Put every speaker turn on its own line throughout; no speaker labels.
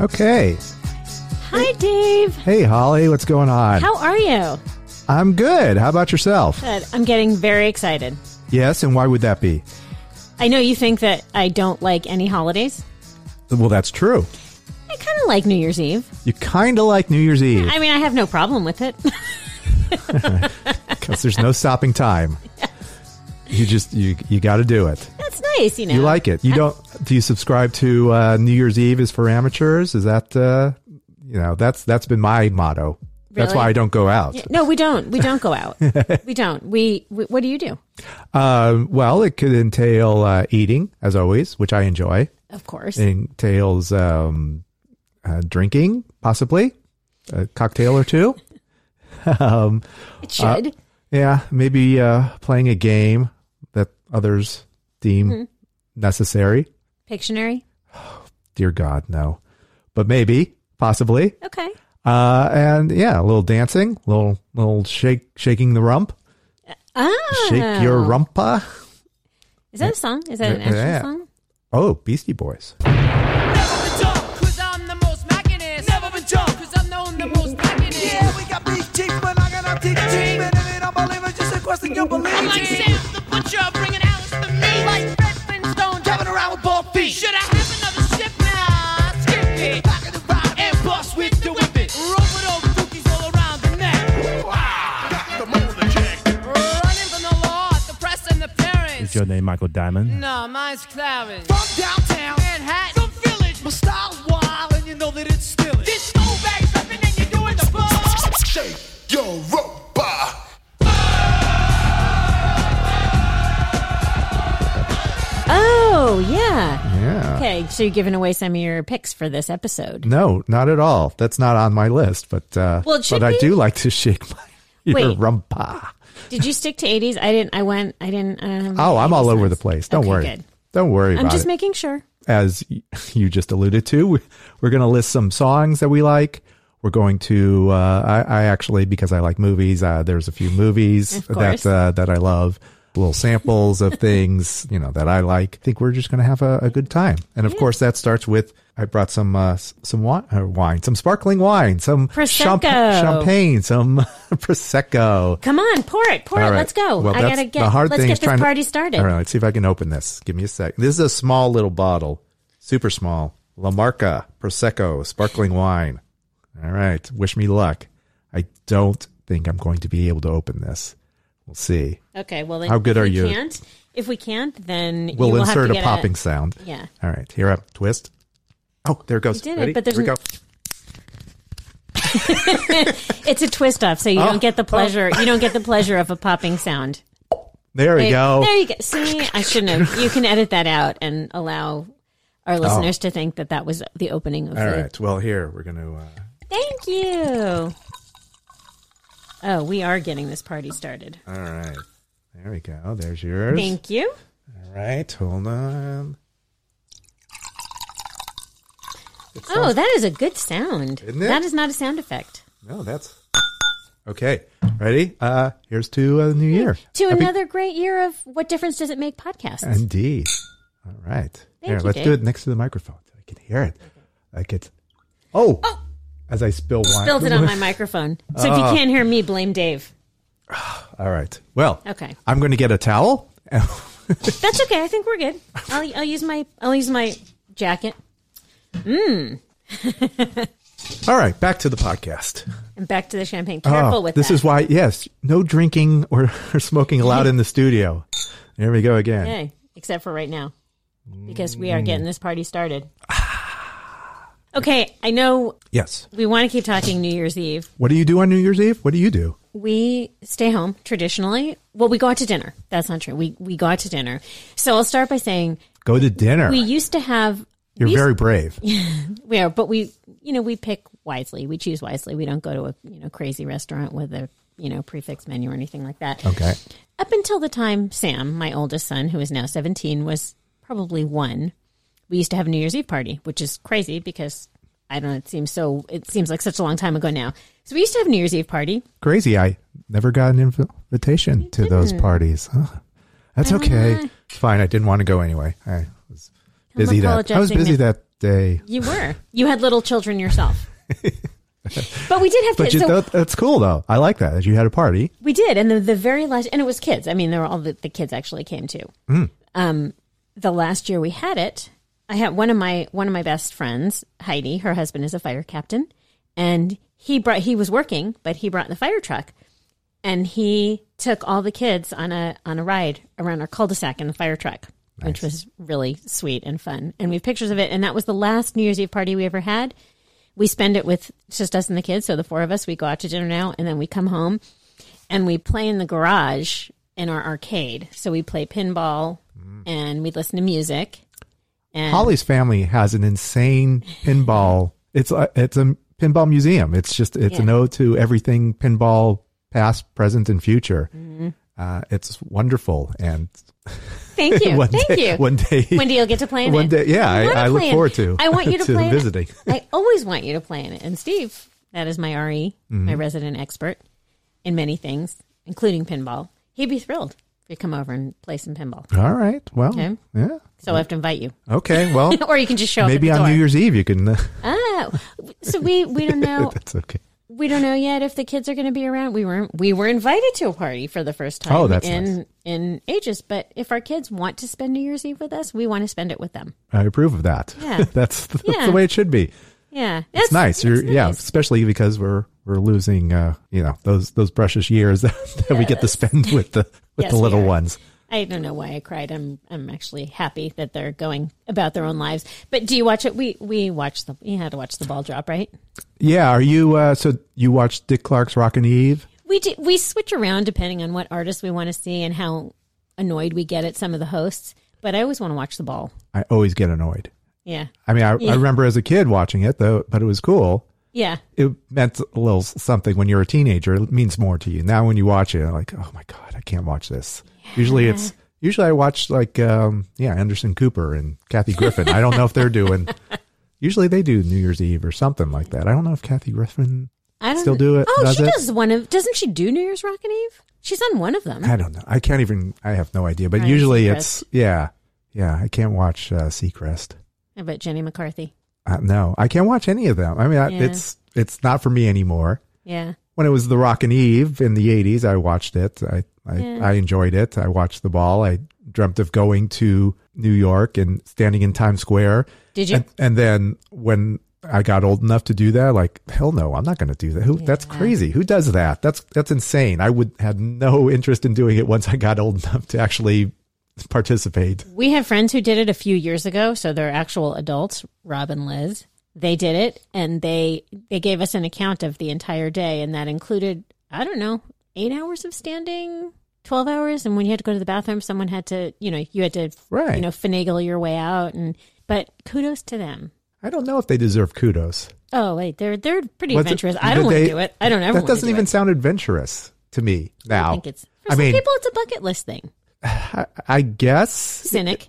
Okay.
Hi, Dave.
Hey, Holly, what's going on?
How are you?
I'm good. How about yourself?
Good. I'm getting very excited.
Yes, and why would that be?
I know you think that I don't like any holidays.
Well, that's true.
I kind of like New Year's Eve.
You kind of like New Year's Eve
I mean, I have no problem with it.
because there's no stopping time. You just you you got to do it.
That's nice, you know.
You like it. You don't. Do you subscribe to uh, New Year's Eve is for amateurs? Is that uh, you know that's that's been my motto. That's
Really?
why I don't go out.
No, we don't. We don't go out. we don't. We, we. What do you do?
Um, well, it could entail uh, eating, as always, which I enjoy.
Of course.
It entails um, uh, drinking, possibly a cocktail or two. um,
It should.
Uh, yeah, maybe uh, playing a game that others deem
Mm-hmm.
necessary.
Pictionary.
Dear God, no, but maybe, possibly,
Okay.
uh, and yeah, a little dancing, little little shake, shaking the rump,
Ah.
shake your rumpa.
Is that a song? Is that an
Yeah.
actual song?
Oh, Beastie Boys.
Never been dumb, cause I'm the most mackinist. Never been dumb, cause I'm known the most mackinist.
Yeah, we got big cheeks, but I got our teeth cheap. And if you don't believe it, just a question you believe.
I'm like Sam the butcher, bringing Alice to me. Like Redfin Stone, driving around with bald feet. Should I have another sip now? Skip it. Back of the vibe, and boss with the whippet. Rope with old dookies all around the neck. Running from the law, the press, and the
Is
parents.
your name Michael Diamond?
No, mine's Clarence.
From downtown,
Manhattan, from Village.
my style's wild, and you know that it's stealing.
This throwback reppin' and you're doing the ball.
Shake your robot.
Oh, yeah.
Yeah.
Okay. So you're giving away some of your picks for this episode.
No, not at all. That's not on my list, but uh,
Well, it should
but I
be.
do like to shake my your
Wait.
rumpa.
Did you stick to 80s? I didn't. I went. I didn't. Um,
Oh, I'm all
80s
over the
songs.
place. Don't
Okay,
worry.
Good.
Don't worry
I'm
about
just
it.
making sure.
As y- you just alluded to, we- we're going to list some songs that we like. We're going to. Uh, I, I actually, because I like movies, uh, there's a few movies
Of
that
course.
uh, that I love. Little samples of things you know that I like. I think we're just going to have a, a good time, and of course that starts with I brought some uh, s- some wi- uh, wine, some sparkling wine, some
Prosecco.
champ- champagne, some prosecco.
Come on, pour it, pour it.
All right.
Let's go.
Well,
I
that's
gotta get.
the hard
let's
thing
get
is
this
trying to-
party started.
All right, let's see if I can open this. Give me a sec. This is a small little bottle, super small. La Marca Prosecco sparkling wine. All right, wish me luck. I don't think I'm going to be able to open this. We'll see.
Okay. Well, then
How good
if
are
we
you?
Can't, if we can't, then
We'll
you will have
insert
to
a
get
popping sound.
Yeah.
All right, here up. Twist. Oh, there it goes.
You did it,
Ready?
but there's
here we
n-
go.
It's a twist off, so you
Oh.
don't get the pleasure. You don't get the pleasure of a popping sound.
There we go.
There you go. See, I shouldn't have. You can edit that out and allow our listeners to think that that was the opening of
Oh. All
the.
right. Well, here we're going to. Uh,
Thank you. Oh, we are getting this party started.
all right. There we go. There's yours.
Thank you.
All right. Hold on.
Oh, that is a good sound.
Isn't it?
That is not a sound effect.
No, that's okay. Ready? Uh, here's to a new year.
Mm-hmm. To
Happy-
another great year of what difference does it make podcasts?
Indeed. All right. Here,
you,
let's
Dave.
do it next to the microphone. so I can hear it. Like it's. Oh. As I spill wine.
Spilled it on my microphone. So
Oh.
if you can't hear me, blame Dave.
All right. Well.
Okay.
I'm going to get a towel.
That's okay. I think we're good. I'll, I'll use my I'll use my jacket.
All right. Back to the podcast.
And back to the champagne. Careful
Oh,
with
this
that.
is why. Yes. No drinking or, or smoking allowed in the studio. There we go again.
Okay, except for right now, because we are getting this party started. Okay, I know
Yes.
we want to keep talking New Year's Eve.
What do you do on New Year's Eve? What do you do?
We stay home traditionally. Well, we go out to dinner. That's not true. We we go out to dinner. So I'll start by saying
Go to dinner.
we used to have.
You're
we used-
very brave.
we are, but we you know we pick wisely. We choose wisely. We don't go to a you know crazy restaurant with a you know prefix menu or anything like that.
Okay.
up until the time Sam, my oldest son, who is now 17, was probably one, we used to have a New Year's Eve party, which is crazy because I don't know, it seems so, it seems like such a long time ago now. So we used to have a New Year's Eve party.
crazy. I never got an inv- invitation to those parties. Huh. That's okay. It's fine. I didn't want to go anyway. I was busy that I was
apologizing
busy that day.
You were. You had little children yourself. but we did have
But
kids.
you,
so
that, that's cool though. I like that. that You had a party.
we did. And the, the very last, and it was kids. I mean, there were all the, the kids actually came too. Um, the last year we had it, I had one of my, one of my best friends, Heidi, her husband is a fire captain and he brought, he was working, but he brought the fire truck and he took all the kids on a, on a ride around our cul-de-sac in the fire truck. Which was really sweet and fun. And we have pictures of it. And that was the last New Year's Eve party we ever had. we spend it with it's just us and the kids. So the four of us, we go out to dinner now, and then we come home and we play in the garage in our arcade. So we play pinball
Mm.
and we listen to music. And
Holly's family has an insane pinball. It's a, it's a pinball museum. It's just it's an ode to everything pinball, past, present, and future.
Mm-hmm.
Uh, it's wonderful, and
thank you,
one
thank
day,
you.
one day,
Wendy, you'll get to play in
one
it.
day- yeah, I-
wanna
I look
play in-
forward to-
I want you to,
to
play in it.
visiting.
I always want you to play in it. And Steve, that is my RE, my
Mm-hmm.
resident expert in many things, including pinball. He'd be thrilled if you come over and play some pinball.
all right, well,
Okay.
yeah,
So I have to invite you,
okay, well,
or you can just show up.
maybe
at the
on
door.
New Year's Eve you can.
Oh, so we we don't know
that's okay.
we don't know yet if the kids are going to be around. We were we were invited to a party for the first time
Oh, that's
in
nice.
in ages. But if our kids want to spend New Year's Eve with us, we want to spend it with them.
I approve of that.
Yeah.
that's that's
Yeah.
the way it should be.
Yeah,
It's nice. You're, Yeah,
nice.
especially because we're we're losing, uh, you know, those those precious years that, that we get to spend with the with
Yes,
the
we
little
are.
ones.
I don't know why I cried. I'm I'm actually happy that they're going about their own lives. But do you watch it? We we watched the you had to watch the ball drop, right?
Yeah, are you? Uh, so you watched Dick Clark's Rockin' Eve?
We do, we switch around depending on what artists we want to see and how annoyed we get at some of the hosts. But I always want to watch the ball.
I always get annoyed.
Yeah,
I mean, I,
Yeah.
I remember as a kid watching it though, but it was cool.
yeah.
It meant a little something when you're a teenager. It means more to you now. When you watch it, you're like, oh my god, I can't watch this. Usually, it's usually I watch like um, yeah, Anderson Cooper and Kathy Griffin. I don't know if they're doing. Usually they do New Year's Eve or something like that. I don't know if Kathy Griffin.
I don't
Still do it?
Oh,
Does
she
it?
does one of. Doesn't she do New Year's Rockin' Eve? She's on one of them.
I don't know. I can't even. I have no idea. But
Ryan
usually it's yeah, yeah. I can't watch uh, Seacrest.
I bet Jenny McCarthy.
Uh, no, I can't watch any of them. I mean, I,
Yeah.
it's it's not for me anymore.
Yeah,
When it was The Rock and Eve in the '80s, I watched it. I I,
Yeah.
I enjoyed it. I watched the ball. I dreamt of going to New York and standing in Times Square.
Did you?
And, and then when I got old enough to do that, like hell no, I'm not going to do that. Who, That's crazy. Who does that? That's that's insane. I would had no interest in doing it once I got old enough to actually participate.
we have friends who did it a few years ago, so they're actual adults. Rob and Liz, they did it, and they they gave us an account of the entire day, and that included I don't know eight hours of standing, twelve hours, and when you had to go to the bathroom, someone had to you know you had to
Right.
you know finagle your way out, and but kudos to them.
I don't know if they deserve kudos.
Oh wait, they're they're pretty
Was it-
adventurous. I
did
don't want to
they-
do it. I don't ever.
that
wanna
doesn't
do
even
it.
sound adventurous to me now.
I think it's for
I
some
mean-
people it's a bucket list thing.
I guess
Cynic.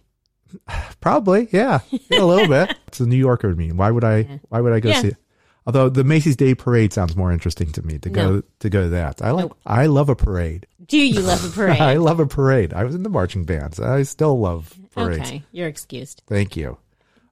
probably, yeah, a little bit. It's a New Yorker to me. Why would I? Why would I go
Yeah.
see it? Although the Macy's Day Parade sounds more interesting to me to go
No. Oh.
to go to that. I like. I love a parade.
Do you love a parade?
I love a parade. I was in the marching bands. I still love parades.
okay, you're excused.
Thank you.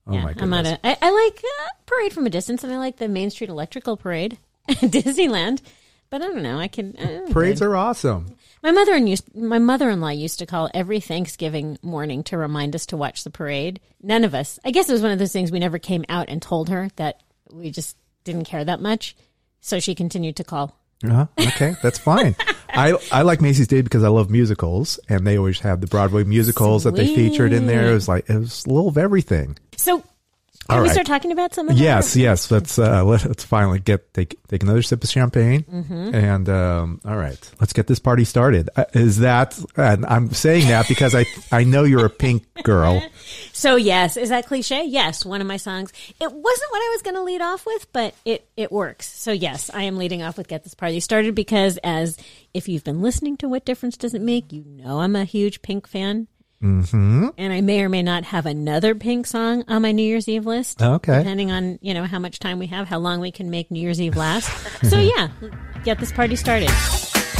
Oh
yeah,
my
I'm not
goodness.
a. I, I like uh, parade from a distance, and I like the Main Street Electrical Parade at Disneyland. But I don't know. I can I
Parades are awesome.
My mother and used, my mother-in-law used to call every Thanksgiving morning to remind us to watch the parade. None of us. I guess it was one of those things we never came out and told her that we just didn't care that much. So she continued to call.
Uh-huh. Okay, that's fine. I, I like Macy's Day because I love musicals, and they always have the Broadway musicals that they featured in there. It was like it was a little of everything.
So can
All
we
right.
start talking about some of that?
Yes, yes. Let's uh, let's finally get take take another sip of champagne,
Mm-hmm.
and um, all right, let's get this party started. Uh, is that? And I'm saying that because I I know you're a pink girl.
So yes, is that cliche? Yes, one of my songs. It wasn't what I was going to lead off with, but it it works. So yes, I am leading off with "Get This Party Started" because, as if you've been listening to "What Difference Does It Make," you know I'm a huge Pink fan, mm-hmm. and I may or may not have another Pink song on my New Year's Eve list,
Okay,
depending on you know how much time we have, how long we can make New Year's Eve last. so yeah, get this party started.
I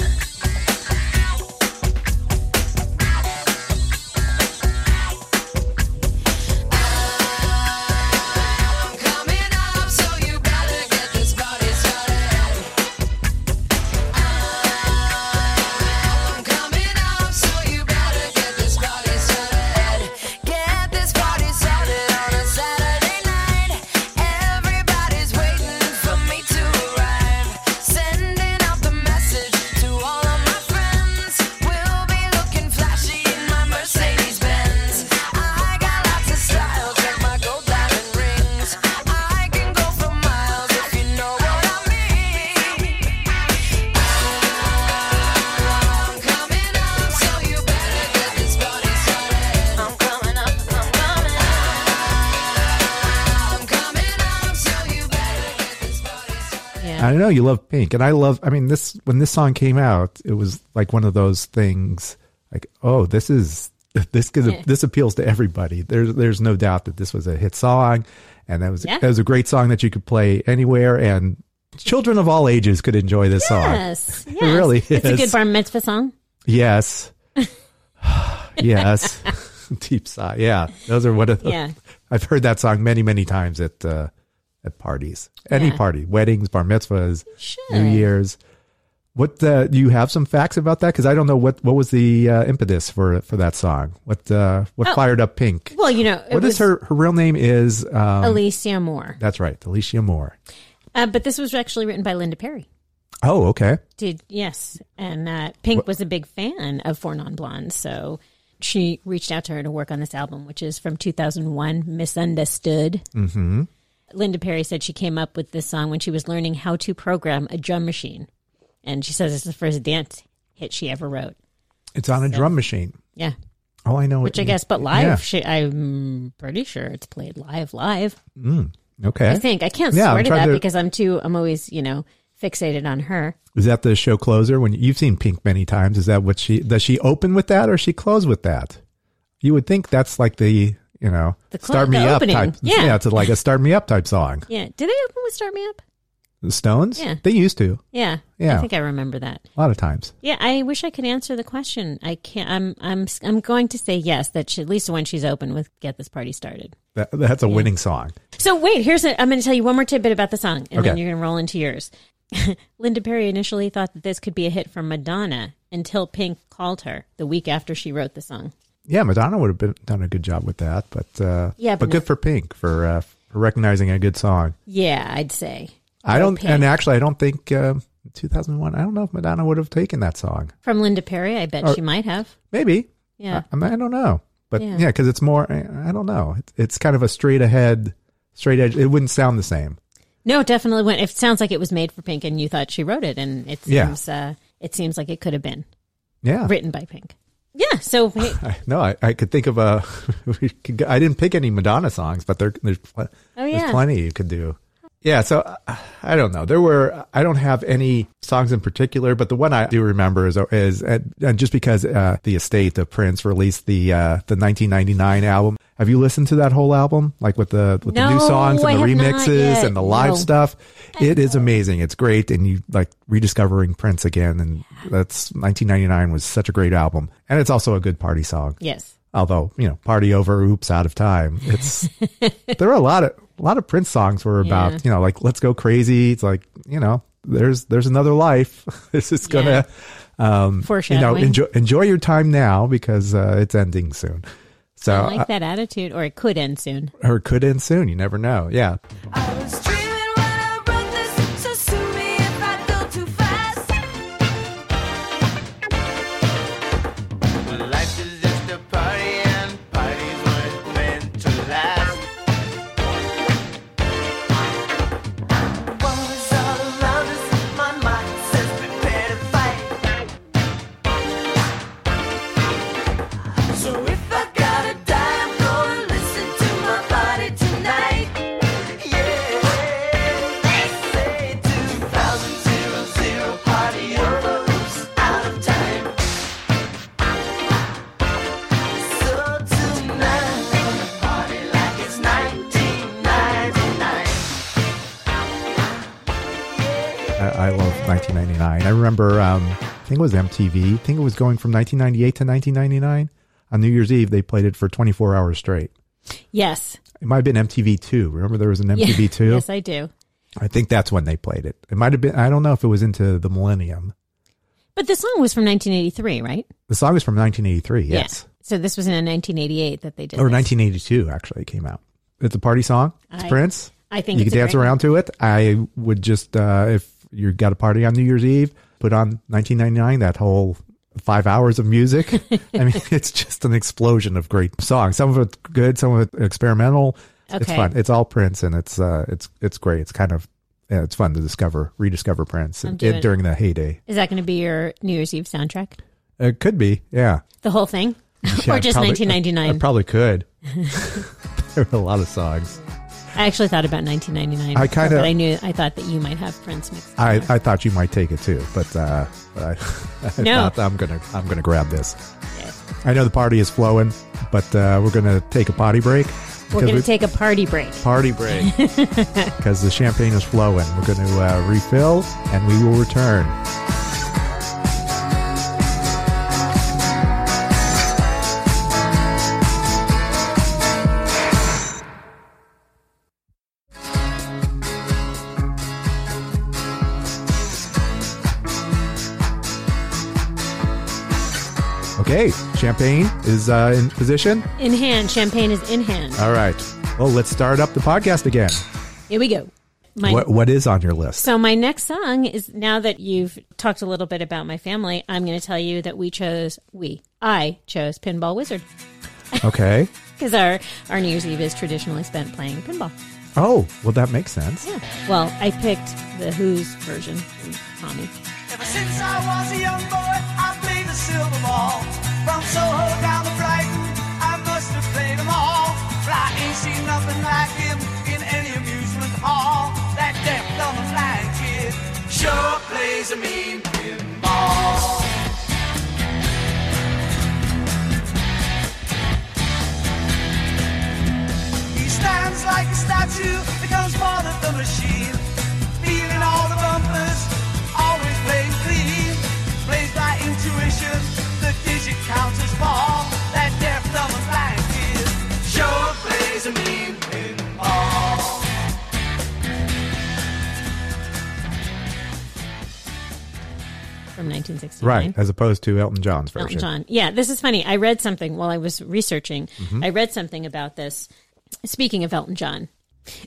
I don't know. You love Pink, and I love. I mean, this when this song came out, it was like one of those things. Like, oh, this is this could this appeals to everybody. There's there's no doubt that this was a hit song, and that was
Yeah.
that was a great song that you could play anywhere, and children of all ages could enjoy this song.
Yes, yes.
really
It's a
is.
good bar mitzvah song.
Yes, yes, deep sigh. Yeah, those are one of the.
Yeah.
I've heard that song many many times at uh, at parties, any
Yeah.
party, weddings, bar mitzvahs.
Should.
New Year's. What uh, do you have some facts about that? Because I don't know what what was the uh, impetus for for that song. What uh, what
Oh.
fired up Pink?
Well, you know, it
What
was
is her her real name? Is um,
Alicia Moore.
that's right, Alicia Moore.
Uh, but this was actually written by Linda Perry.
Oh, okay.
Did yes, and uh, Pink was a big fan of Four Non Blondes, so she reached out to her to work on this album, which is from 2001, Misunderstood. Mm-hmm. Linda Perry said she came up with this song when she was learning how to program a drum machine, and she says it's the first dance hit she ever wrote.
It's on a drum machine.
Yeah,
Oh, I know.
which I
it-
guess, but live,
yeah.
she, I'm pretty sure it's played live, live. I
Okay.
think I can't
Yeah, I'm
swear to
trying
that
to-
because I'm too. I'm always, you know, fixated on her.
Is that the show closer? When you've seen Pink many times, is that what she does? She open with that, or she close with that? You would think that's like the you know
The clo-
start me
the
up
opening.
type.
Yeah.
yeah, it's like a start me up type song.
Yeah. Did they open with "Start Me Up"?
The Stones.
Yeah.
they used to.
Yeah.
Yeah.
I think I remember that.
A lot of times.
Yeah. I wish I could answer the question. I can't. I'm. I'm. s- I'm going to say yes. That she, at least when she's open with "Get This Party Started."
That, that's a winning song.
So wait, here's a, I'm going to tell you one more tidbit about the song, and then
Okay.
you're going to roll into yours. Linda Perry initially thought that this could be a hit for Madonna until Pink called her the week after she wrote the song.
Yeah, Madonna would have been, done a good job with that, but uh,
Yeah,
but,
but
good for Pink for uh, for recognizing a good song.
Yeah, I'd say
I don't,
Pink.
and actually, I don't think uh, 2001. I don't know if Madonna would have taken that song.
from Linda Perry, I bet
Or- Uh,
she might have.
Maybe.
Yeah.
I, I don't know, but yeah,
Yeah.
because it's more. I I don't know. It's, it's kind of a straight ahead, straight edge. It wouldn't sound the same.
No, it definitely went. It sounds like it was made for Pink, and you thought she wrote it, and it
Yeah.
seems uh, it seems like it could have been
Yeah.
written by Pink. Yeah. So hey,
I, no, I, I could think of a. we could, go- I didn't pick any Madonna songs, but there, there's pl- there's
Oh, yeah.
plenty you could do. Yeah, so uh, I don't know. There were I don't have any songs in particular, but the one I do remember is is and and just because uh, the estate of Prince released the uh, the 1999 album. Have you listened to that whole album, like with the with the new
No,
songs and
I
the
have not
remixes
yet.
and the live
No.
stuff? It is amazing. It's great, and you like rediscovering Prince again. And that's 1999 was such a great album, and it's also a good party song
yes,
although you know party over oops out of time it's there are a lot of a lot of prince songs were about
Yeah.
you know like let's go crazy it's like you know there's there's another life this is gonna um you know
Foreshadowing.
enjoy enjoy your time now because uh, it's ending soon so
I like that attitude, or it could end soon.
uh, or could end soon you never know yeah
I was dreaming when I wrote this, so sue me if I go too fast.
Life is just a party, and parties weren't meant to last. What was all around us? My mind says prepare to fight.
So if I gotta die, I'm gonna listen to my body tonight.
Yeah.
They say
Say 2000 zero, zero, party over. Oops, out of time. So tonight, I'm gonna party like it's 1999.
I, I love 1999 I remember um I think it was MTV I think it was going from 1998 to 1999 on New Year's Eve they played it for 24 hours straight
Yes.
it might have been MTV two remember there was an
Yeah.
MTV two
Yes, I do.
I think that's when they played it. It might have been, I don't know if it was into the millennium.
But the song was from 1983, right?
The song is from 1983, yes.
Yeah. So this was in 1988 that they did.
Or
this.
1982, actually, it came out. It's a party song. It's
I-
Prince.
I think
you
it's
can
a
dance
great
around to it. I would just, uh, if you got a party on New Year's Eve, put on 1999, that whole five hours of music. I mean, it's just an explosion of great songs. Some of it good, some of it experimental. It's
Okay.
fun. It's all Prince and it's, uh, it's, it's great. It's kind of, yeah, it's fun to discover, rediscover Prince
I'm
and,
doing-
during the heyday.
Is that going to be your New Year's Eve soundtrack?
It could be, yeah.
The whole thing,
Yeah,
or just
probably- I, I
1999?
probably could. there were a lot of songs.
I actually thought about 1999.
I kinda-
but I knew I thought that you might have friends mixed. up.
I, I thought you might take it too, but uh, but I, I
No.
thought I'm gonna I'm gonna grab this. I know the party is flowing, but uh, we're gonna take a potty break. 'cause
We're going
we-
to take a party break.
party break because the champagne is flowing. We're going to uh, refill and we will return. Okay, champagne is uh, in position.
In hand, champagne is in hand.
All right. Well, let's start up the podcast again.
Here we go. My,
What what is on your list?
So my next song is now that you've talked a little bit about my family, I'm going to tell you that we chose we I chose Pinball Wizard
Okay.
because our our New Year's Eve is traditionally spent playing pinball.
Oh, well that makes sense.
Yeah. Well, I picked the Who's version from Tommy.
Ever since I was a young boy, I played the silver ball. From Soho down to Brighton, I must have played them all. But I ain't seen nothing like him in any amusement hall. That deaf, dumb, and blind kid sure plays a mean pinball. He stands like a statue, becomes part of the machine. Feeling all the bumpers, always playing clean. Plays by intuition, the digit counts as ball. That deaf, dumb, and blind kid sure plays a mean pinball.
From 1969.
Right, as opposed to Elton John's version.
Elton John. Yeah, this is funny. I read something while I was researching. I read something about this. Speaking of Elton John,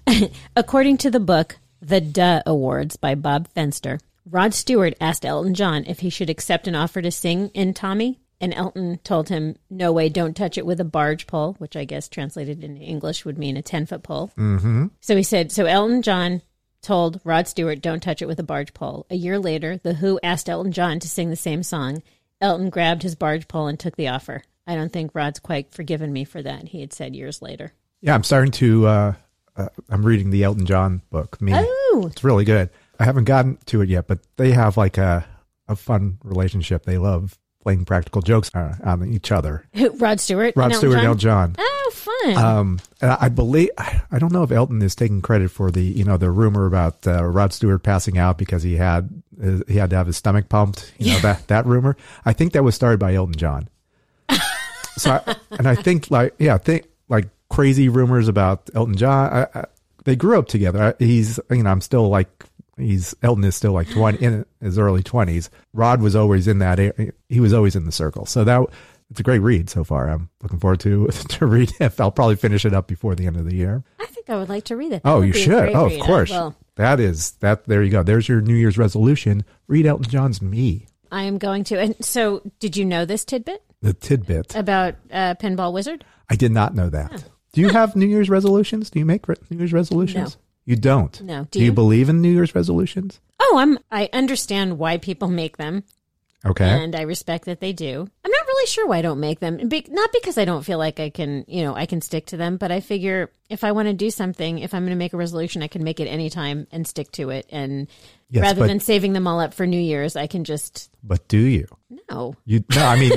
according to the book The Duh Awards by Bob Fenster, Rod Stewart asked Elton John if he should accept an offer to sing in Tommy. And Elton told him, No way, don't touch it with a barge pole, which I guess translated into English would mean a 10 foot pole. Mm-hmm. So he said, So Elton John told Rod Stewart, Don't touch it with a barge pole. A year later, The Who asked Elton John to sing the same song. Elton grabbed his barge pole and took the offer. I don't think Rod's quite forgiven me for that, he had said years later.
Yeah, I'm starting to uh, uh I'm reading the Elton John book. Me.
Oh,
It's really good. I haven't gotten to it yet, but they have like a a fun relationship. They love playing practical jokes uh, on each other.
Who- Rod Stewart.
Rod
and Elton
Stewart
John?
and Elton John.
Oh, fun.
Um, and I I believe I I don't know if Elton is taking credit for the you know the rumor about uh, Rod Stewart passing out because he had uh, he had to have his stomach pumped. You know that that rumor. I think that was started by Elton John. so I, and I think like yeah, I think like crazy rumors about Elton John. I, I, they grew up together. I, he's you know I'm still like he's Elton is still like twenty in his early twenties. Rod was always in that a- he was always in the circle. So that it's a great read so far. I'm looking forward to to read it. I'll probably finish it up before the end of the year.
I think I would like to read it. That
Oh,
would
you
be a
should.
great
Oh, of
read. I
course.
will.
that is that. There you go. There's your New Year's resolution. Read Elton John's Me.
I am going to. And so, did you know this tidbit
The tidbit.
about uh, Pinball Wizard?
I did not know that. Do you have New Year's resolutions? Do you make re- New Year's resolutions?
No.
You don't.
No.
Do
Do
you?
you?
believe in New Year's resolutions?
Oh, I'm. I understand why people make them,
Okay.
and I respect that they do. I'm not really sure why I don't make them. Be- not because I don't feel like I can, you know, I can stick to them, but I figure if I want to do something, if I'm going to make a resolution, I can make it anytime and stick to it. And
Yes,
rather
but-
than saving them all up for New Year's, I can just
but do you?
no.
You no. I mean,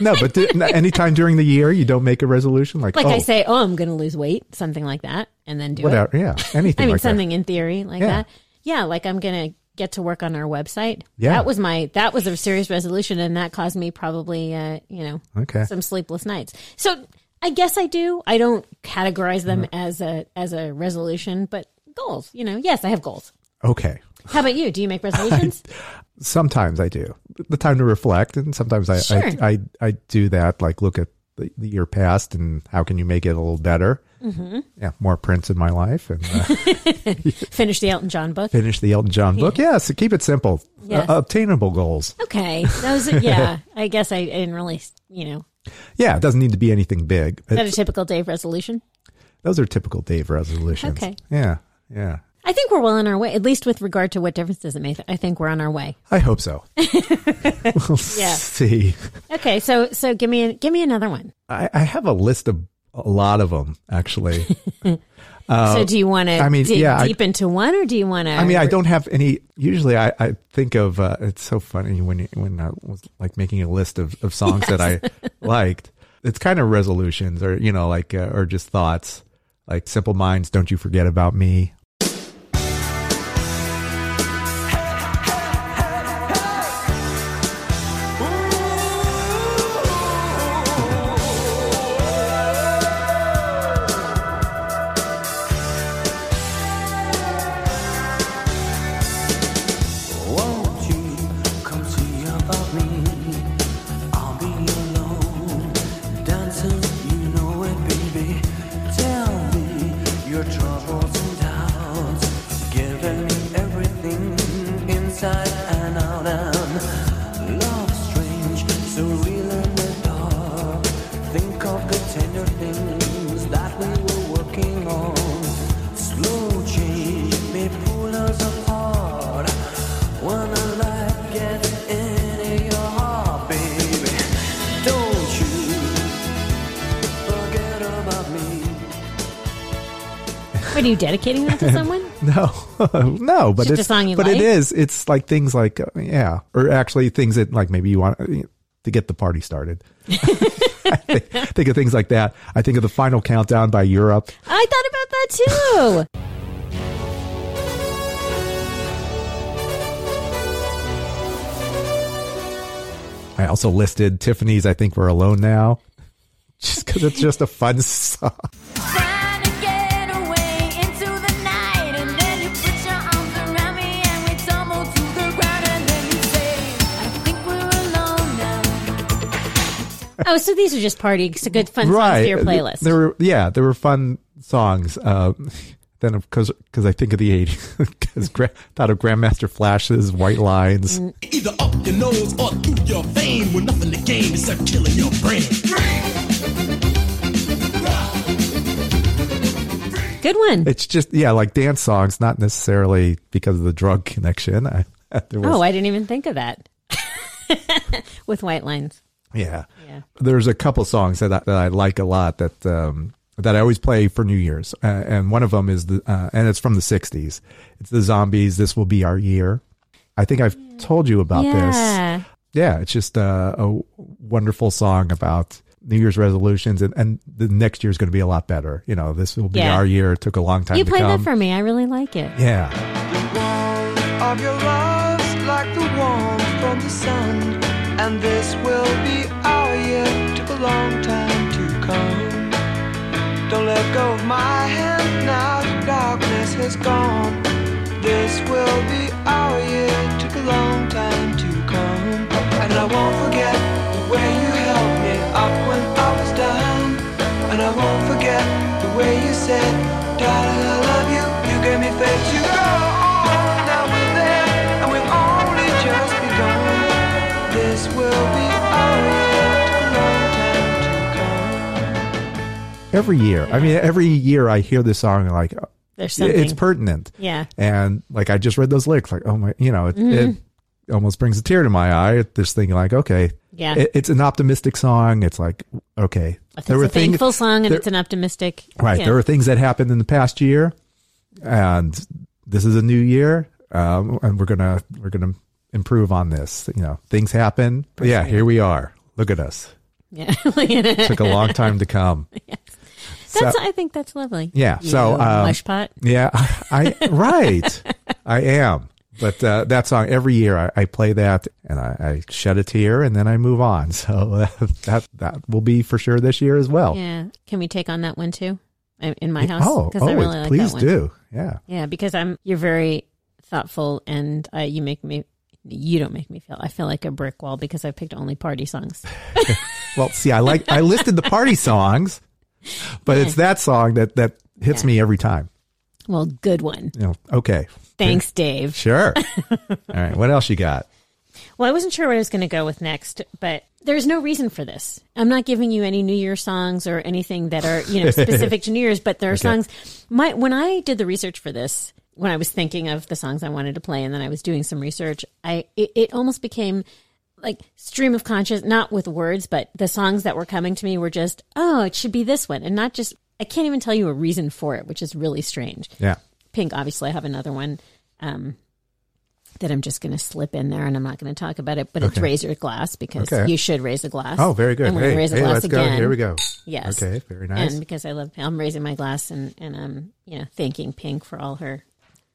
no. But do, no, anytime during the year, you don't make a resolution like
Like
oh,
I say, oh, I'm going to lose weight, something like that, and then do it.
whatever. Yeah. Anything.
I mean,
like that.
something in theory like
Yeah.
that. Yeah, like I'm gonna get to work on our website.
Yeah.
that was my that was a serious resolution, and that caused me probably uh, you know
Okay.
some sleepless nights. So I guess I do. I don't categorize them
Mm-hmm.
as a as a resolution, but goals. You know, yes, I have goals.
Okay.
How about you? Do you make resolutions?
sometimes I do. The time to reflect, and sometimes I
Sure.
I, I, I do that. Like look at the, the year past and how can you make it a little better. Mm-hmm. Yeah, more prints in my life and uh,
Finish the Elton John book.
finish the Elton John book. Yeah, so keep it simple.
Yes.
Uh, obtainable goals.
Okay, those. Are, yeah, I guess I didn't really. You know,
Yeah, it doesn't need to be anything big.
is that a
It's-
typical day of resolution?
those are typical Dave resolutions.
Okay.
Yeah, yeah.
I think we're well on our way, at least with regard to what difference does it make. I think we're on our way.
I hope so. we'll see.
Okay, so so give me give me another one.
I, I have a list of a lot of them actually.
so do you want to
Uh, I mean,
dig
yeah, I-
deep into one or do you want to?
I mean, I don't have any. Usually, I, I think of uh, it's so funny when you- when I was like making a list of, of songs that I liked. It's kind of resolutions, or you know, like uh, or just thoughts, like Simple Minds. Don't you forget about me.
Won't you come see about me? I'll be alone, dancing, you know it, baby. Tell me your troubles and doubts, giving me everything inside and out. And love strange, so real in the dark. Think of the tender things that we were working on. Slow change may pull us apart. When a light gets into your heart, baby, don't you forget about me.
Wait, are you dedicating that to someone?
No, no, but
Just a
it's
song you
but
like?
it is. It's like things like uh, yeah, or actually things that like maybe you want uh, to get the party started. I think, think of things like that. I think of the final countdown by Europe.
I thought about that too.
I also listed Tiffany's. I think we're alone now, just because it's just a fun song.
Trying to get away into the night, and then you put your arms around me, and we tumble to the ground, and then you say, "I think we're alone now."
Oh, so these are just party, so good fun songs
uh,
to your playlist.
There were yeah, there were fun songs. Um, then of course, because I think of the eighties, because gra- thought of Grandmaster Flash's White Lines.
Either up your nose or through your vein with nothing to gain except killing your brain.
Good one.
It's just yeah, like dance songs, not necessarily because of the drug connection. I, there was,
Oh, I didn't even think of that. With white lines.
yeah.
Yeah.
There's a couple songs that I, that I like a lot that um, that I always play for New Year's, uh, and one of them is the uh, and it's from the '60s. It's the Zombies. This will be our year. I think I've told you about this.
yeah.
yeah, it's just a, a wonderful song about New Year's resolutions, and, and the next year is going to be a lot better. You know, this will be
Yeah.
our year. It took a long time
You
to
played
come.
that for me. I really like it.
yeah,
warmth of your love's like the warmth from the sun, and this will be our year took a long time to come. Don't let go of my hand now, the darkness has gone. This will be our year took a long time to come, and I won't forget the way you held me up when I was down, and I won't forget the way you said, "Darling, I love you." You gave me faith to go on. Now we're there, and we've only just begun. This will be our year took a long time to come.
every year. I mean, every year I hear this song, and like uh,
There's something.
it's pertinent.
yeah.
And like I just read those lyrics, like oh my, you know, it,
Mm-hmm.
it almost brings a tear to my eye. at This thing, like okay,
Yeah.
It- it's an optimistic song. It's like okay,
It's a thankful song and
there-
it's an optimistic.
Right.
yeah.
There are things that happened in the past year, and this is a new year, um, and we're gonna we're gonna improve on this. You know, things happen. yeah, here we are. Look at us.
Yeah. Look at it.
Took a long time to come.
That's, I think that's lovely.
Yeah.
You
So, um,
mush pot.
Yeah, I, I right. I am. But uh, that song every year I, I play that and I, I shed a tear and then I move on. So uh, that that will be for sure this year as well.
Yeah. Can we take on that one too? I- In my house?
Oh,
Because I
oh,
really like
please
that one.
do. Yeah.
Yeah. Because I'm, you're very thoughtful and uh, you make me, you don't make me feel, I feel like a brick wall because I picked only party songs.
Well, see, I like I listed the party songs, but it's that song that that hits me every time.
Well, good one.
You know, okay,
Thanks, Dave.
sure. All right, what else you got?
Well, I wasn't sure what I was going to go with next, but there's no reason for this. I'm not giving you any New Year songs or anything that are, you know, specific to New Year's, but there are songs. My when I did the research for this, when I was thinking of the songs I wanted to play and then I was doing some research, I it, it almost became like stream of conscious, not with words, but the songs that were coming to me were just, oh, it should be this one, and not just. I can't even tell you a reason for it, which is really strange.
Yeah.
Pink, obviously, I have another one um, that I'm just going to slip in there, and I'm not going to talk about it. But it's
Okay.
raise your glass because
Okay.
you should raise a glass.
Oh, very good.
And we're going
Hey,
to raise a
hey,
glass
let's
again.
go. Here we go.
Yes.
Okay. Very nice.
And because I love, I'm raising my glass and and um, you know, thanking Pink for all her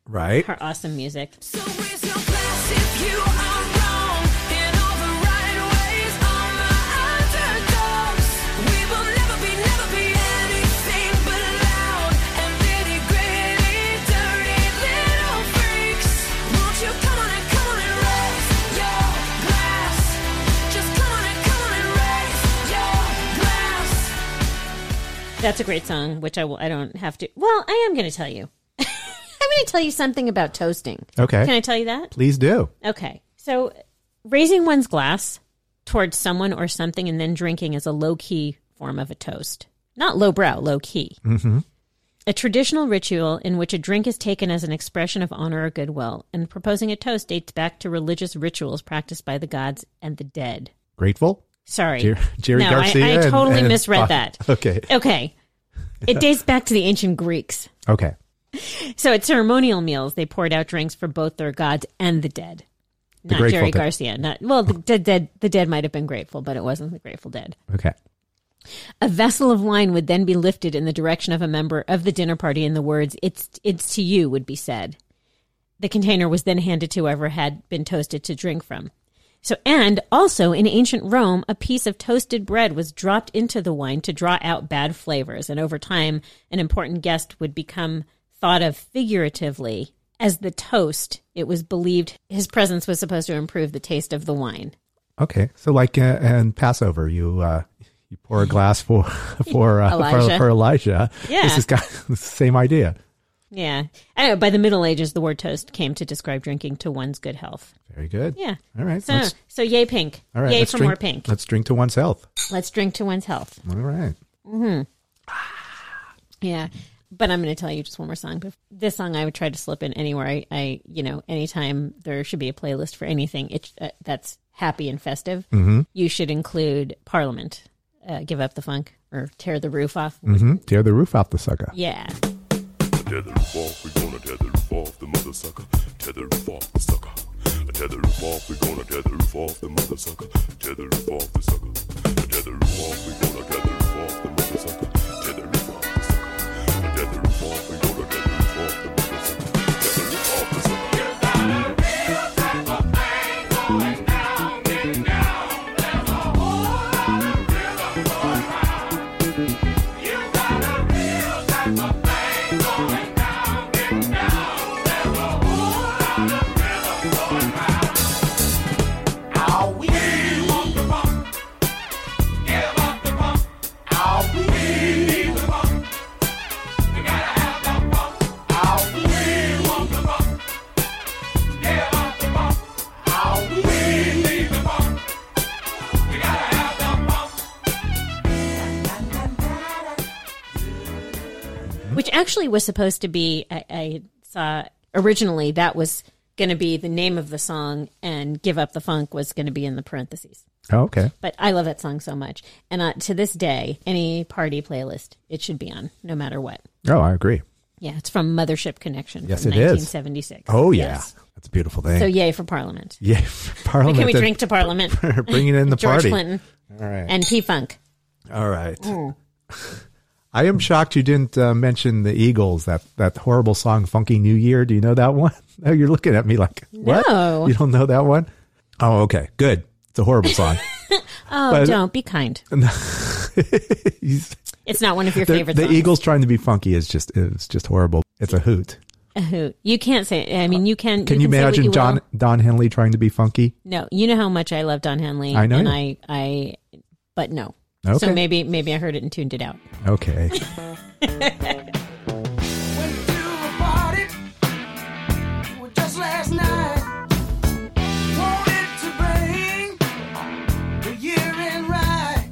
right.
her awesome music.
So raise your glass if you are wrong in all the right ways. All my underdogs, we will never be, never be anything but loud and really gritty, dirty little freaks. Won't you come on and come on and raise your glass? Just come on and come on and raise your glass.
That's a great song, which I will. I don't have to. Well, I am going to tell you. I'm going to tell you something about toasting.
Okay.
Can I tell you that?
Please do.
Okay. So, raising one's glass towards someone or something and then drinking is a low key form of a toast. Not lowbrow, low key. Mm-hmm. A traditional ritual in which a drink is taken as an expression of honor or goodwill, and proposing a toast dates back to religious rituals practiced by the gods and the dead.
Grateful.
Sorry.
Jer- Jerry
no,
Garcia.
I, I
and-
totally
and-
misread that.
Okay.
Okay. It dates back to the ancient Greeks.
Okay.
So at ceremonial meals, they poured out drinks for both their gods and the dead. Not
Grateful
Jerry
Dead.
Garcia. Not well. The dead, dead, the dead might have been grateful, but it wasn't the Grateful Dead.
Okay.
A vessel of wine would then be lifted in the direction of a member of the dinner party, and the words "It's it's to you" would be said. The container was then handed to whoever had been toasted to drink from. So, and also in ancient Rome, a piece of toasted bread was dropped into the wine to draw out bad flavors, and over time, an important guest would become thought of figuratively as the toast. It was believed his presence was supposed to improve the taste of the wine.
Okay. So like uh, and Passover, you uh, you pour a glass for for uh,
Elijah.
for, for Elijah.
Yeah.
This is got the same idea.
Yeah. I know, by the Middle Ages, the word toast came to describe drinking to one's good health.
Very good.
Yeah.
All right.
So,
let's-
so yay, pink.
all right.
yay
let's
for
drink,
more pink.
Let's drink to one's health.
Let's drink to one's health.
All right.
Yeah. But I'm going to tell you just one more song. Bef- This song I would try to slip in anywhere. I, I you know, anytime there should be a playlist for anything it, uh, that's happy and festive,
Mm-hmm.
you should include Parliament, uh, Give Up the Funk, or Tear the Roof Off.
Hmm? Tear the roof off the sucker.
Yeah.
Tear the roof off, we gonna tear the roof off the mother sucker. Tear the roof off the sucker. Tear the roof off, we gonna tear the roof off the mother sucker. Tear the roof off the sucker. Tear the roof off, we gonna tear the roof off the mother sucker. Tear the roof off the sucker. Tear the roof off, we gonna tear the roof off the mother sucker. Tear the roof off the sucker.
Which actually was supposed to be, I, I saw originally that was going to be the name of the song, and Give Up the Funk was going to be in the parentheses.
Oh, okay.
But I love that song so much. And uh, to this day, any party playlist, it should be on, no matter what.
Oh, I agree.
Yeah, it's from Mothership Connection
Yes,
from
it is.
1976.
Oh yeah.
Yes.
That's a beautiful thing.
So yay for Parliament.
yeah. Parliament.
Can we
and
drink to Parliament?
bringing in the
George
party.
Clinton
All right.
and P-Funk.
All right. I am shocked you didn't uh, mention the Eagles that that horrible song "Funky New Year." Do you know that one? Oh, you're looking at me like what?
No.
You don't know that one? Oh, okay, good. It's a horrible song.
Oh,
But-
don't be kind.
He's-
It's not one of your
the
favorite
the
songs.
Eagles trying to be funky is just is just horrible. It's a hoot.
A hoot. You can't say I mean, you can
Can you,
say what
imagine
you
John
will.
Don Henley trying to be funky?
No, you know how much I love Don Henley.
I know.
And I, I, but no.
Okay.
So maybe, maybe I heard it and tuned it out.
Okay,
Went to a party just last night. Wanted to bring the year in right.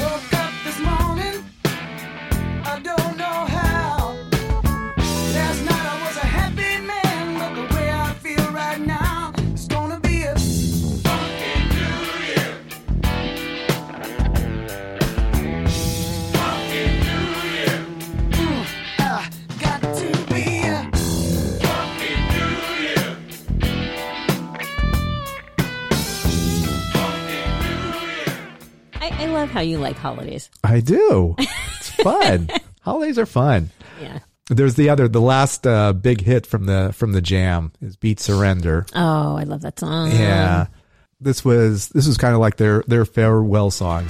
Woke up this morning, I don't know how. Last night I was a happy man, but the way I feel right now, it's gonna be a funky
how you like holidays.
I do. It's fun. Holidays are fun.
Yeah.
There's the other, the last uh, big hit from the from the jam is "Beat Surrender."
Oh, I love that song.
Yeah, this was this was kind of like their their farewell song.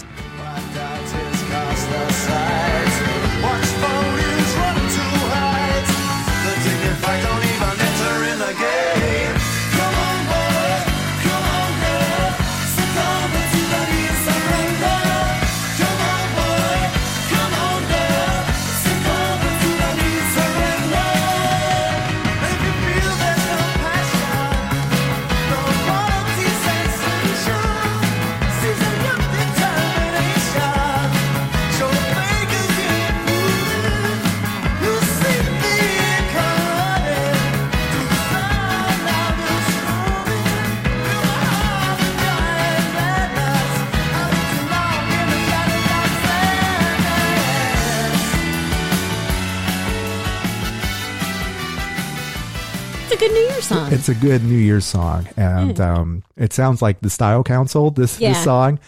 It's a good New Year song.
It's a good New Year's song, and um, it sounds like the Style Council. This
Hmm. Yeah.
this song,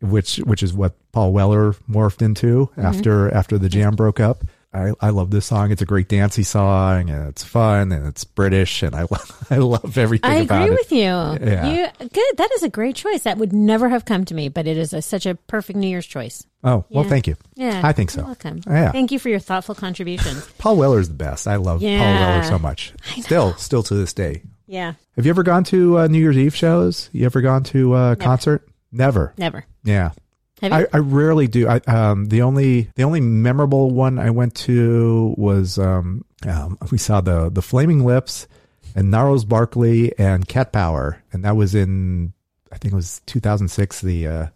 which which is what Paul Weller morphed into
Mm-hmm.
after after the Jam broke up. I, I love this song. It's a great dancey song, and it's fun, and it's British, and I love I love everything
I
about
agree
it.
with you.
Yeah.
You good. That is a great choice. That would never have come to me, but it is a, such a perfect New Year's choice.
Oh well,
Yeah.
thank you.
Yeah,
I think so.
You're welcome.
Yeah,
Thank you for your thoughtful contributions.
Paul Weller's the best. I love Paul
Yeah.
Weller so much. Still, still to this day.
yeah,
Have you ever gone to uh, New Year's Eve shows? You ever gone to uh, concert? Never.
never.
Yeah.
Have you?
I, I rarely do. I, um, the only the only memorable one I went to was um, um, we saw the the Flaming Lips and Gnarls Barkley and Cat Power, and that was in I think it was 2006. The uh,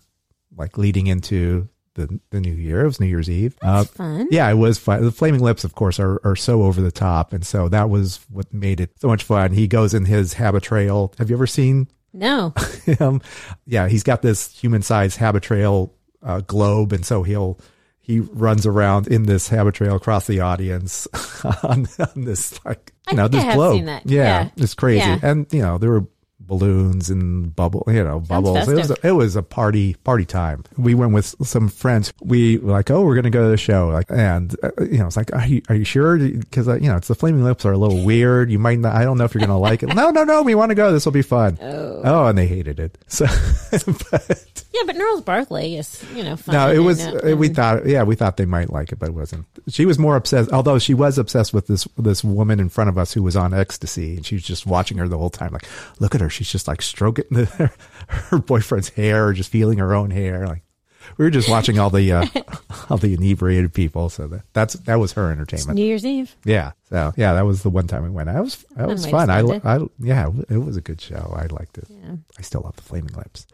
like leading into the the new year. It was New Year's Eve. uh,
Fun.
yeah, it was fun. The Flaming Lips, of course, are, are so over the top. And so that was what made it so much fun. He goes in his habit trail. Have you ever seen
No.
him? Yeah, he's got this human sized habit trail uh, globe. And so he'll, he runs around in this habit trail across the audience on, on this, like,
I
you know,
think
this
I have
globe.
seen that.
Yeah,
Yeah.
it's crazy.
Yeah.
And, you know, there were balloons and bubble you know bubbles it was,
festive.
a, it was a party party time we went with some friends we were like oh we're gonna go to the show like and uh, you know it's like are you, are you sure because uh, you know it's the flaming lips are a little weird you might not i don't know if you're gonna like it no no no we want to go this will be fun oh. and they hated it so but
Yeah, but Gnarls Barkley is you know fun.
no Mm-hmm. it
and,
was
uh,
we thought yeah we thought they might like it but it wasn't she was more obsessed although she was obsessed with this this woman in front of us who was on ecstasy and she was just watching her the whole time like look at her she's just like stroking the, her, boyfriend's hair just feeling her own hair like we were just watching all the uh, all the inebriated people so that, that's that was her entertainment
New Year's Eve.
yeah so yeah that was the one time we went that was that
One
was
way to
fun I,
spend
I yeah it was a good show i liked it i still love the flaming lips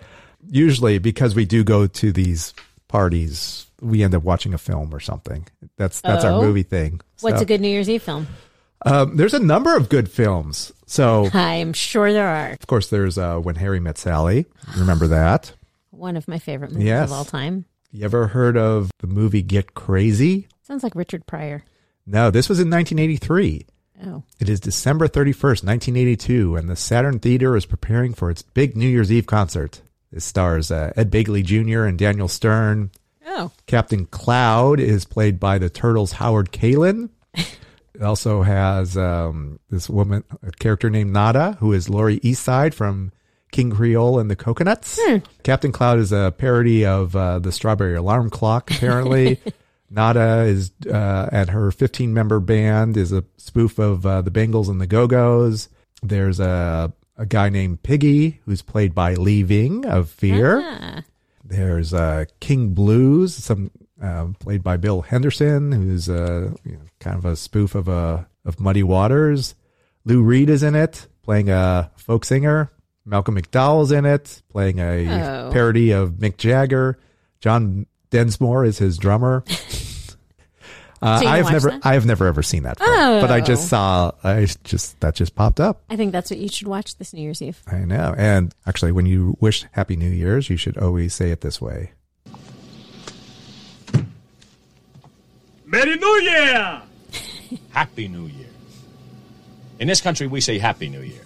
usually because we do go to these parties we end up watching a film or something that's that's
Oh.
our movie thing
What's
So,
a good New Year's Eve film?
um, there's a number of good films so
I'm sure there are.
of course there's uh when harry met sally remember that
One of my favorite movies
Yes.
of all time.
you ever heard of the movie get crazy
Sounds like Richard Pryor.
no this was in 1983
Oh,
It is December 31st, 1982, and the Saturn Theater is preparing for its big New Year's Eve concert. It stars uh, Ed Bigley Jr. and Daniel Stern.
oh,
Captain Cloud is played by the Turtles' Howard Kalin. It also has um, this woman, a character named Nada, who is Laurie Eastside from King Creole and the Coconuts. Captain Cloud is a parody of uh, the Strawberry Alarm Clock, apparently. Nada is, uh, and her 15 member band is a spoof of uh, the Bengals and the Go Go's. There's a, a guy named Piggy, who's played by Lee Ving of Fear.
Ah.
There's uh, King Blues, some uh, played by Bill Henderson, who's uh, you know, kind of a spoof of uh, of Muddy Waters. Lou Reed is in it, playing a folk singer. Malcolm McDowell's in it, playing a
Oh.
parody of Mick Jagger. John Densmore is his drummer. Uh,
So you
I have
watched
never,
that?
I have never ever seen that, film, but I just
Oh.
saw, I just that just popped up.
I think that's what you should watch this New Year's Eve.
I know. And actually, when you wish Happy New Year's, you should always say it this way.
Merry New Year!
Happy New Year. In this country, we say Happy New Year.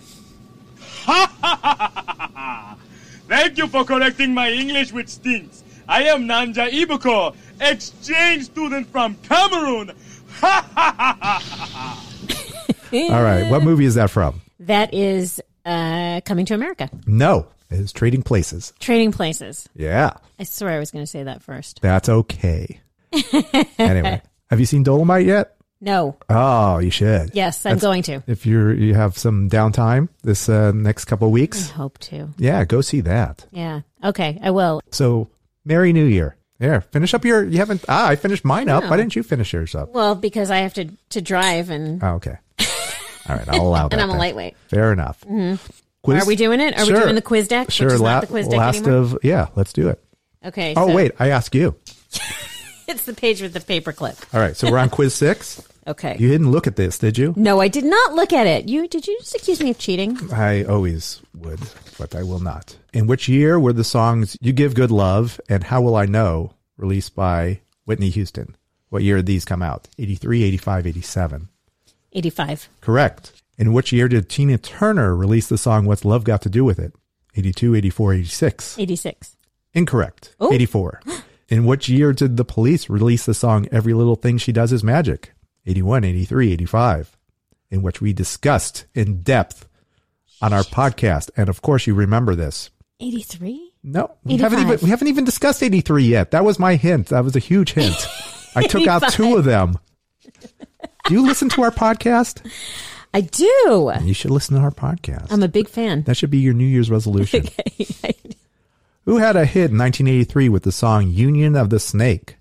Thank you for correcting my English, which stinks. I am Nanja Iboko, exchange student from Cameroon. Ha ha ha ha ha ha.
All right. What movie is that from?
That is uh, coming to America.
No, it's Trading Places.
Trading Places.
Yeah,
I swear I was going to say that first.
that's okay. anyway, have you seen Dolomite yet?
No.
Oh, you should.
Yes, I'm
That's-
going to.
If you're you have some downtime this uh, next couple of
I
weeks,
hope to.
yeah, go see that.
Yeah. Okay, I will.
So, Merry New Year. There, finish up your. You haven't. Ah, I finished mine up.
No.
Why didn't you finish yours up?
Well, because I have to to drive and
Oh, okay. All right, I'll allow that.
and I'm a
then.
lightweight. Mm-hmm.
Fair enough. Quiz?
Are we doing it? Are we
Sure.
doing the quiz deck?
Sure.
Which is
la-
not the quiz deck
last
anymore.
of yeah. Let's do it.
okay.
Oh
so
wait, I asked you.
It's the page with the paperclip.
All right, so we're on quiz six.
Okay.
You didn't look at this, did you?
no, I did not look at it. You did you just accuse me of cheating?
I always would, but I will not. In which year were the songs You Give Good Love and How Will I Know released by Whitney Houston? What year did these come out? 83, 85, 87.
85.
Correct. In which year did Tina Turner release the song What's Love Got to Do with It? 82, 84, 86.
86.
Incorrect.
Oh.
84. In which year did the police release the song Every Little Thing She Does Is Magic? 81, 83, 85. In which we discussed in depth on our podcast. And of course, you remember this.
83?
No, we haven't even
85.
we haven't even discussed 83 yet. That was my hint. That was a huge hint. I took out two of them. Do you listen to our podcast?
I do.
You should listen to our podcast.
I'm a big fan.
that should be your New Year's resolution. Who had a hit in 1983 with the song "Union of the Snake"?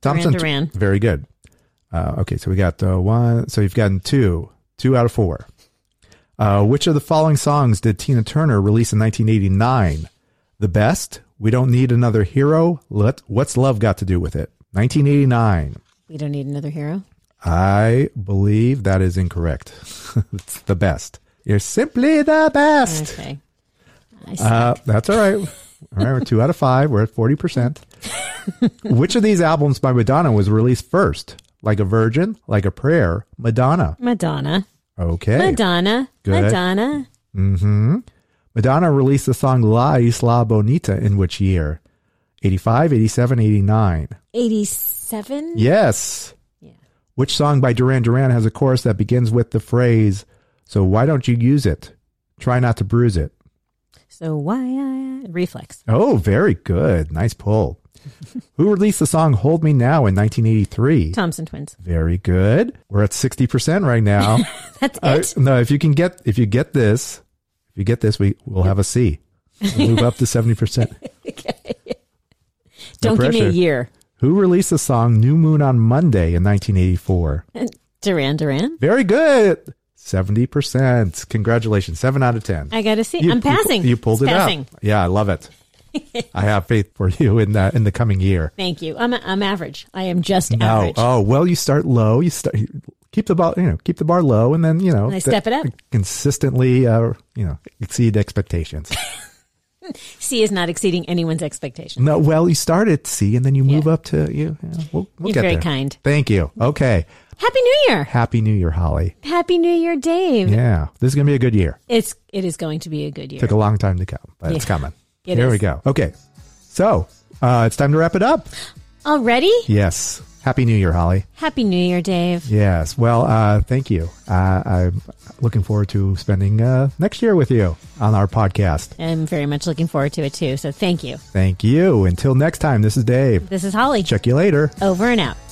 Duran.
Very good. Uh, okay, so we got uh, one. So you've gotten two, two out of four. Uh, which of the following songs did Tina Turner release in 1989? The best. We don't need another hero. Let what's love got to do with it? 1989.
we don't need another hero.
I believe that is incorrect. it's the best. You're simply the best.
Okay. I see.
Uh, that's all right. All right, we're two out of five. We're at forty percent. Which of these albums by Madonna was released first? Like a Virgin, like a Prayer, Madonna.
Madonna.
Okay.
Madonna.
Good.
Madonna.
Madonna released the song La Isla Bonita in which year? 85, 87, 89.
87?
Yes.
Yeah.
Which song by Duran Duran has a chorus that begins with the phrase, So why don't you use it? Try not to bruise it.
So why I reflex.
Oh, very good. Nice pull. Who released the song Hold Me Now in 1983?
Thompson twins.
Very good. We're at 60% right now.
That's
Uh,
it.
no, if you can get if you get this, if you get this, we will have a C. We'll move up to 70%.
Don't give me a
pressure.
year.
Who released the song New Moon on Monday in 1984?
Duran Duran.
Very good. 70%. Congratulations. 7 out of 10.
I got to see.
You-
I'm passing.
You, you pulled
It's
it
passing.
up. Yeah, I love it. I have faith for you in the in the coming year.
Thank you. I'm I'm average. I am just
No.
average.
Oh, well, you start low. You start you keep the bar, you know, keep the bar low, and then you know,
And I step it up.
consistently. Uh, you know, exceed expectations.
C is not exceeding anyone's expectations.
no, well, you start at C, and then you move up to you. you know, we'll, we'll
You're
get
very
there.
kind.
Thank you. Okay.
Happy New Year.
Happy New Year, Holly.
Happy New Year, Dave.
Yeah, this is gonna be a good year.
It's it is going to be a good year.
Took a long time to come, but it's
Yeah.
coming.
It
Here
is.
we go. Okay, so uh, it's time to wrap it up.
Already?
Yes. Happy New Year, Holly.
Happy New Year, Dave.
Yes. Well, uh, thank you. Uh, I'm looking forward to spending uh, next year with you on our podcast.
I'm very much looking forward to it too. So thank you.
Thank you. Until next time, this is Dave.
This is Holly.
Check you later.
Over and out.